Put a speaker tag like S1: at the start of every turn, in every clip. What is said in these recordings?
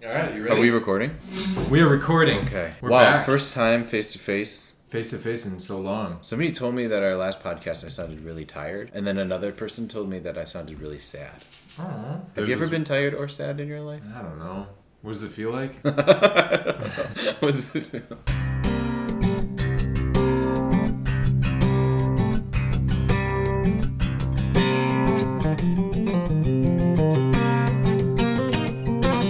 S1: All right, you
S2: Are
S1: ready?
S2: we recording?
S3: We are recording.
S2: Okay.
S3: We're
S2: wow,
S3: back.
S2: first time face to face.
S3: Face to face in so long.
S2: Somebody told me that our last podcast I sounded really tired, and then another person told me that I sounded really sad.
S3: Aww.
S2: Have you ever been tired or sad in your life?
S3: I don't know. What does it feel like?
S2: Was it-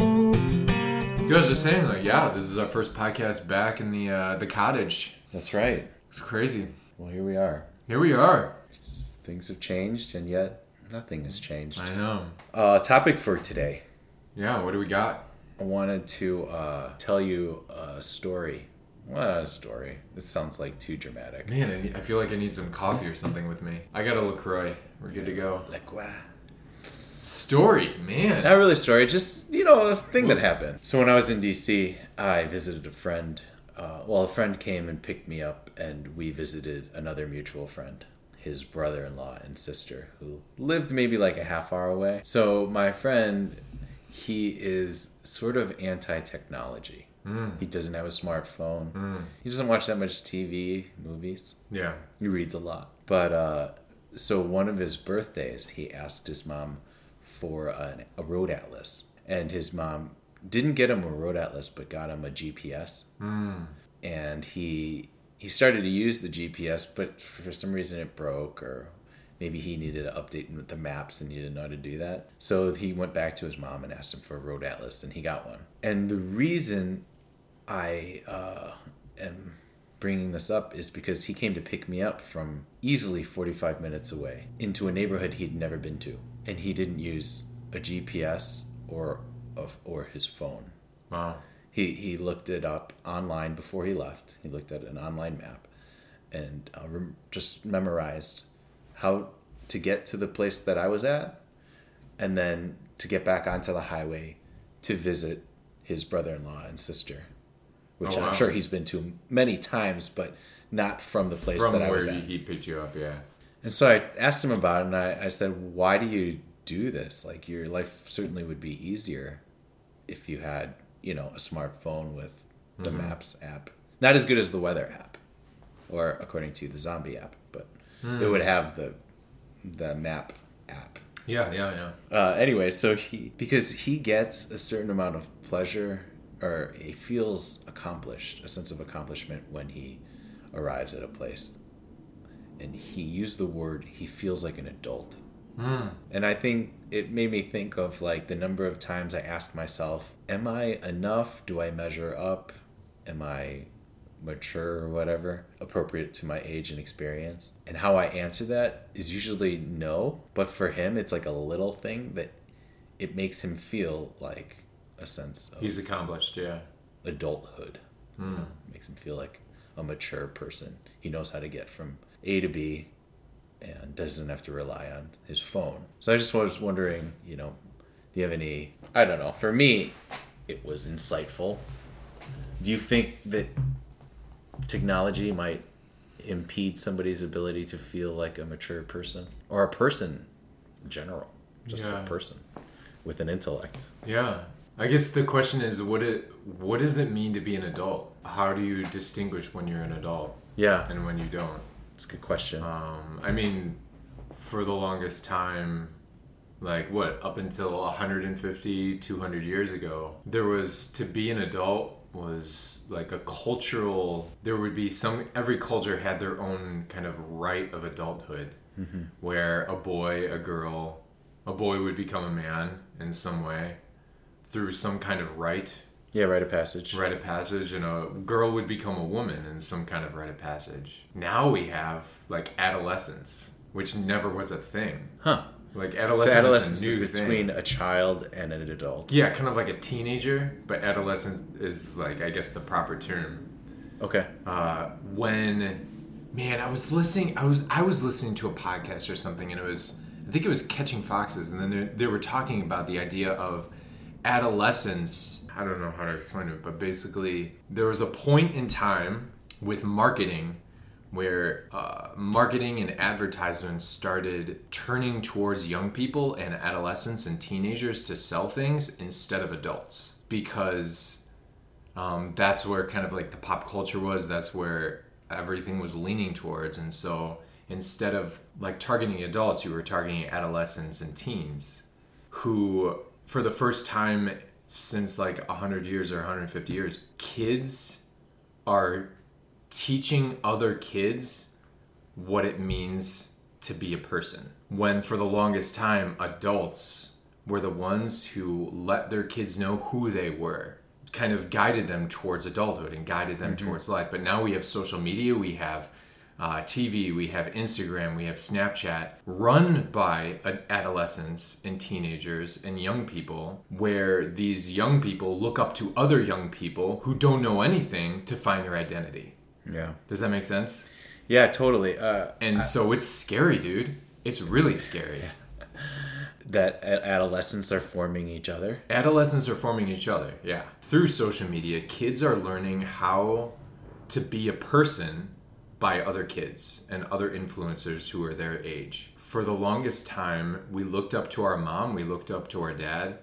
S3: you guys are saying like, yeah, this is our first podcast back in the uh, the cottage.
S2: That's right.
S3: It's crazy.
S2: Well, here we are.
S3: Here we are.
S2: Things have changed, and yet nothing has changed.
S3: I know.
S2: Uh, topic for today.
S3: Yeah. What do we got?
S2: I wanted to uh, tell you a story. What a story. This sounds like too dramatic.
S3: Man, I, need, I feel like I need some coffee or something with me. I got a Lacroix. We're good to go.
S2: Like, wow.
S3: Story, man.
S2: Not really a story, just you know a thing that happened. So when I was in DC, I visited a friend. Uh, well, a friend came and picked me up, and we visited another mutual friend, his brother-in-law and sister, who lived maybe like a half hour away. So my friend, he is sort of anti-technology. He doesn't have a smartphone. He doesn't watch that much TV, movies.
S3: Yeah.
S2: He reads a lot. But uh, so one of his birthdays, he asked his mom for an, a road atlas, and his mom didn't get him a road atlas, but got him a GPS. And he he started to use the GPS, but for some reason it broke, or maybe he needed to update with the maps and he didn't know how to do that. So he went back to his mom and asked him for a road atlas, and he got one. And the reason I uh, am bringing this up is because he came to pick me up from easily 45 minutes away into a neighborhood he'd never been to, and he didn't use a GPS or of or his phone.
S3: Wow.
S2: He he looked it up online before he left. He looked at an online map, and uh, rem- just memorized how to get to the place that I was at, and then to get back onto the highway to visit his brother-in-law and sister, which
S3: Oh, wow.
S2: I'm sure he's been to many times, but not from the place
S3: From
S2: that I
S3: where
S2: was
S3: he,
S2: at.
S3: he picked you up, yeah.
S2: And so I asked him about it, and I, I said, "Why do you do this? Like your life certainly would be easier if you had, you know, a smartphone with the Maps app. Not as good as the weather app, or according to the zombie app, but it would have the the map app."
S3: Yeah, yeah, yeah.
S2: uh, anyway, so he because he gets a certain amount of pleasure or he feels accomplished, a sense of accomplishment when he arrives at a place. And he used the word he feels like an adult.
S3: Hmm.
S2: And I think it made me think of like the number of times I ask myself, am I enough? Do I measure up? Am I mature or whatever, appropriate to my age and experience? And how I answer that is usually no, but for him it's like a little thing that it makes him feel like a sense of
S3: He's accomplished, yeah.
S2: adulthood. Makes him feel like a mature person. He knows how to get from A to B and doesn't have to rely on his phone. So I just was wondering, you know, do you have any I don't know. For me, it was insightful. Do you think that technology might impede somebody's ability to feel like a mature person or a person in general, just
S3: Yeah.
S2: a person with an intellect?
S3: Yeah. I guess the question is what it what does it mean to be an adult? How do you distinguish when you're an adult
S2: Yeah,
S3: and when you don't?
S2: it's a good question.
S3: Um, I mean, for the longest time, like what, up until 150, 200 years ago, there was to be an adult was like a cultural, there would be some, every culture had their own kind of right of adulthood where a boy, a girl, a boy would become a man in some way through some kind of right
S2: yeah, rite of passage.
S3: rite of passage and a girl would become a woman in some kind of rite of passage. Now we have like adolescence, which never was a thing.
S2: Huh.
S3: Like
S2: So
S3: adolescence, is
S2: adolescence
S3: a new
S2: is between
S3: thing.
S2: a child and an adult.
S3: Yeah, kind of like a teenager, but adolescence is like I guess the proper term.
S2: Okay.
S3: Uh, when man, I was listening I was I was listening to a podcast or something and it was I think it was Catching Foxes and then they they were talking about the idea of adolescence i don't know how to explain it but basically there was a point in time with marketing where uh, marketing and advertisements started turning towards young people and adolescents and teenagers to sell things instead of adults because um, that's where kind of like the pop culture was. That's where everything was leaning towards. And so instead of like targeting adults, you were targeting adolescents and teens who, for the first time since like 100 years or 150 years, kids are teaching other kids what it means to be a person. When for the longest time, adults were the ones who let their kids know who they were, kind of guided them towards adulthood and guided them towards life. But now we have social media, we have uh, TV, we have Instagram, we have Snapchat, run by ad- adolescents and teenagers and young people, where these young people look up to other young people who don't know anything to find their identity.
S2: Yeah.
S3: Does that make sense?
S2: Yeah, totally. Uh,
S3: And so it's scary, dude. It's really scary.
S2: that a- adolescents are forming each other.
S3: Adolescents are forming each other, yeah. Through social media, kids are learning how to be a person by other kids and other influencers who are their age. For the longest time, we looked up to our mom, we looked up to our dad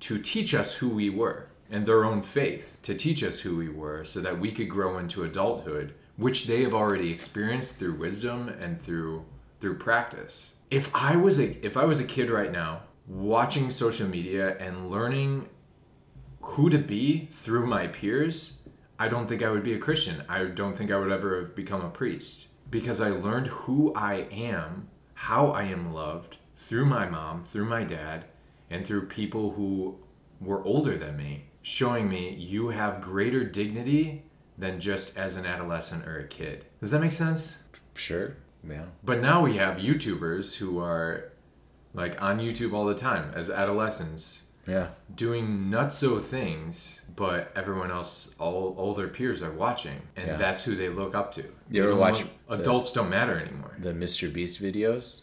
S3: to teach us who we were and their own faith to teach us who we were so that we could grow into adulthood, which they have already experienced through wisdom and through through practice. If I was a if I was a kid right now watching social media and learning who to be through my peers, I don't think I would be a Christian. I don't think I would ever have become a priest because I learned who I am, how I am loved through my mom, through my dad, and through people who were older than me, showing me you have greater dignity than just as an adolescent or a kid. Does that make sense?
S2: Sure. Yeah.
S3: But now we have YouTubers who are like on YouTube all the time as adolescents
S2: Yeah.
S3: doing nutso things, but everyone else, all all their peers are watching, and
S2: Yeah.
S3: that's who they look up to.
S2: You
S3: They
S2: ever
S3: don't
S2: watch
S3: look- adults don't matter anymore.
S2: The Mr. Beast videos.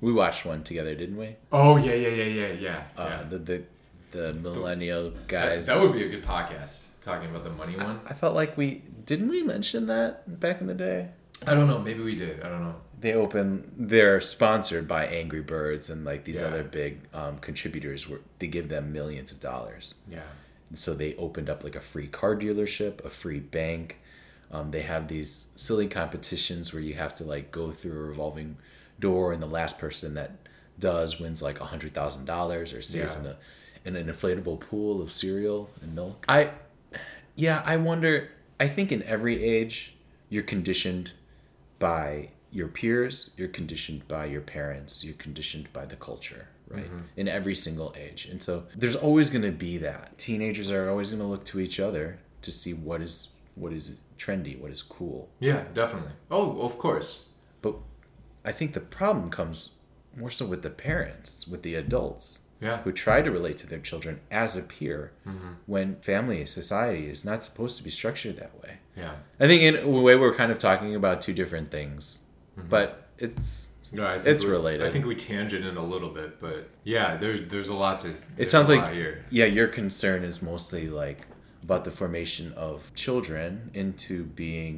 S2: We watched one together, didn't we?
S3: Oh yeah, yeah, yeah, yeah, yeah.
S2: Uh,
S3: yeah.
S2: The the the millennial
S3: That,
S2: guys.
S3: that would be a good podcast talking about the money one.
S2: I felt like we didn't we mention that back in the day.
S3: I don't know. Maybe we did. I don't know.
S2: They open. They're sponsored by Angry Birds and like these
S3: Yeah.
S2: other big um, contributors. Where they give them millions of dollars.
S3: Yeah.
S2: so they opened up like a free car dealership a free bank um, they have these silly competitions where you have to like go through a revolving door and the last person that does wins like a hundred thousand dollars or stays
S3: Yeah.
S2: in a in an inflatable pool of cereal and milk i yeah i wonder i think in every age you're conditioned by your peers you're conditioned by your parents you're conditioned by the culture right in every single age and so there's always going to be that teenagers are always going to look to each other to see what is what is trendy what is cool
S3: Yeah, definitely. Oh, of course.
S2: but i think the problem comes more so with the parents with the adults
S3: Yeah.
S2: who try to relate to their children as a peer when family society is not supposed to be structured that way
S3: Yeah.
S2: I think in a way we're kind of talking about two different things,
S3: Mm-hmm.
S2: but it's
S3: No, I think
S2: It's
S3: we-
S2: related.
S3: I think we tangent in a little bit, but yeah, there, there's a lot to.
S2: it
S3: there's
S2: sounds
S3: a
S2: like
S3: lot here.
S2: yeah, your concern is mostly like about the formation of children into being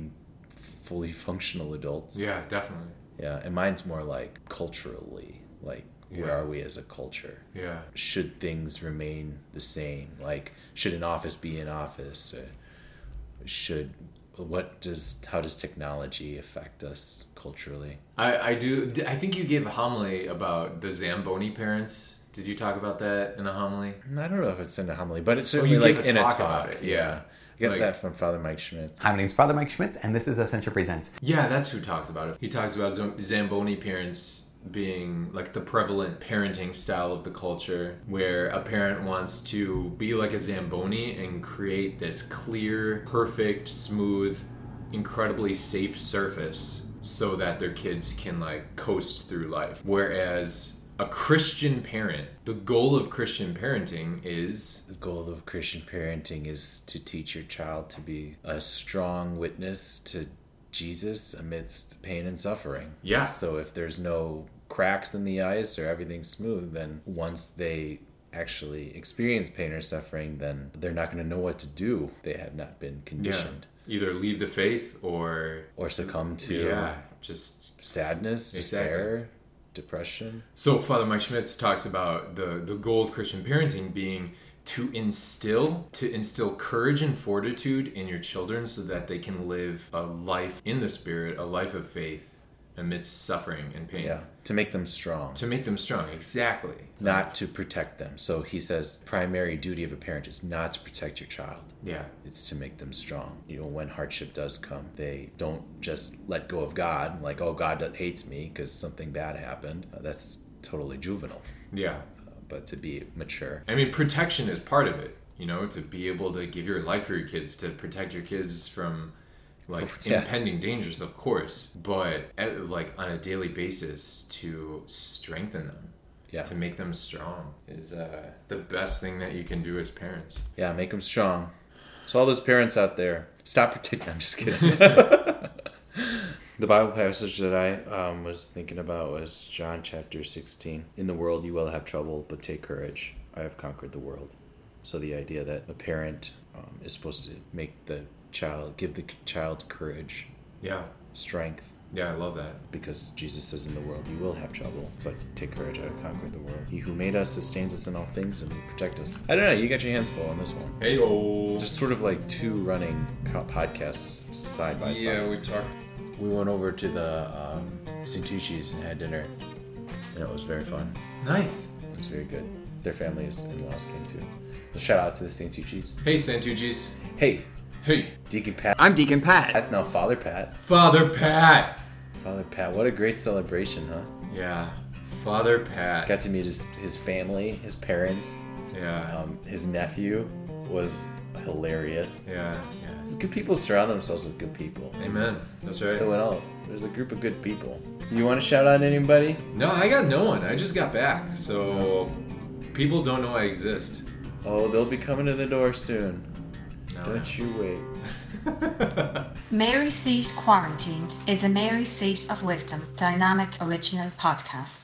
S2: fully functional adults.
S3: Yeah, definitely.
S2: Yeah, and mine's more like culturally, like where
S3: Yeah.
S2: are we as a culture?
S3: Yeah.
S2: Should things remain the same? Like should an office be an office? Uh, should what does how does technology affect us culturally?
S3: I, I do. I think you gave a homily about the Zamboni parents. Did you talk about that in a homily?
S2: I don't know if it's in a homily, but it's certainly
S3: you
S2: like
S3: gave a
S2: in
S3: talk
S2: a talk.
S3: about it,
S2: Yeah.
S3: yeah.
S2: I get
S3: Like-
S2: that from Father Mike Schmitz.
S1: Hi, my name's Father Mike Schmitz, and this is Essentia Presents.
S3: Yeah, that's who talks about it. He talks about Zam- Zamboni parents being like the prevalent parenting style of the culture, where a parent wants to be like a Zamboni and create this clear, perfect, smooth, incredibly safe surface so that their kids can like coast through life. Whereas a Christian parent, the goal of Christian parenting is
S2: The goal of Christian parenting is to teach your child to be a strong witness to Jesus amidst pain and suffering.
S3: Yeah.
S2: So if there's no cracks in the ice or everything's smooth, then once they actually experience pain or suffering, then they're not going to know what to do. They have not been conditioned
S3: Either leave the faith or
S2: or succumb to
S3: yeah, just
S2: sadness,
S3: Exactly.
S2: despair, depression.
S3: So Father Mike Schmitz talks about the the goal of Christian parenting being to instill to instill courage and fortitude in your children so that they can live a life in the spirit, a life of faith amidst suffering and pain.
S2: Yeah. To make them strong,
S3: To make them strong, exactly.
S2: not to protect them. So he says primary duty of a parent is not to protect your child.
S3: Yeah.
S2: It's to make them strong. You know, when hardship does come, they don't just let go of God, like, oh, God that hates me because something bad happened. Uh, that's totally juvenile.
S3: Yeah.
S2: Uh, But to be mature,
S3: I mean, protection is part of it, you know, to be able to give your life for your kids, to protect your kids from like
S2: Yeah.
S3: impending dangers, of course, but at, like on a daily basis to strengthen them,
S2: yeah.
S3: to make them strong is uh, the best thing that you can do as parents.
S2: Yeah, make them strong. So all those parents out there, stop pretending. I'm just kidding. the Bible passage that I um, was thinking about was John chapter 16. In the world you will have trouble, but take courage. I have conquered the world. So the idea that a parent um, is supposed to make the child, give the child courage,
S3: Yeah.
S2: strength,
S3: Yeah, I love that.
S2: because Jesus says, In the world you will have trouble, but take courage, I have conquered the world. He who made us sustains us in all things and will protect us. I don't know, you got your hands full on this one.
S3: Hey, oh.
S2: Just sort of like two running po- podcasts side by
S3: Yeah,
S2: side.
S3: we talked.
S2: We went over to the um, St. Tucci's and had dinner, and it was very fun.
S3: Nice.
S2: It was very good. Their families and laws came too. So shout out to the St. Tucci's.
S3: Hey, Santucci's.
S2: Hey,
S3: Hey,
S2: Deacon Pat.
S4: I'm Deacon Pat.
S2: That's now Father Pat.
S3: Father Pat.
S2: Father Pat, what a great celebration, huh?
S3: Yeah, Father Pat.
S2: Got to meet his, his family, his parents,
S3: yeah.
S2: um, his nephew was hilarious.
S3: yeah. Yeah.
S2: Good people surround themselves with good people.
S3: Amen. That's right.
S2: So in all, there's a group of good people. You want to shout out anybody?
S3: No, I got no one. I just got back, so people don't know I exist.
S2: Oh, they'll be coming to the door soon.
S3: No,
S2: Don't you wait.
S5: Mary Seat Quarantined is a Mary Seat of Wisdom dynamic original podcast.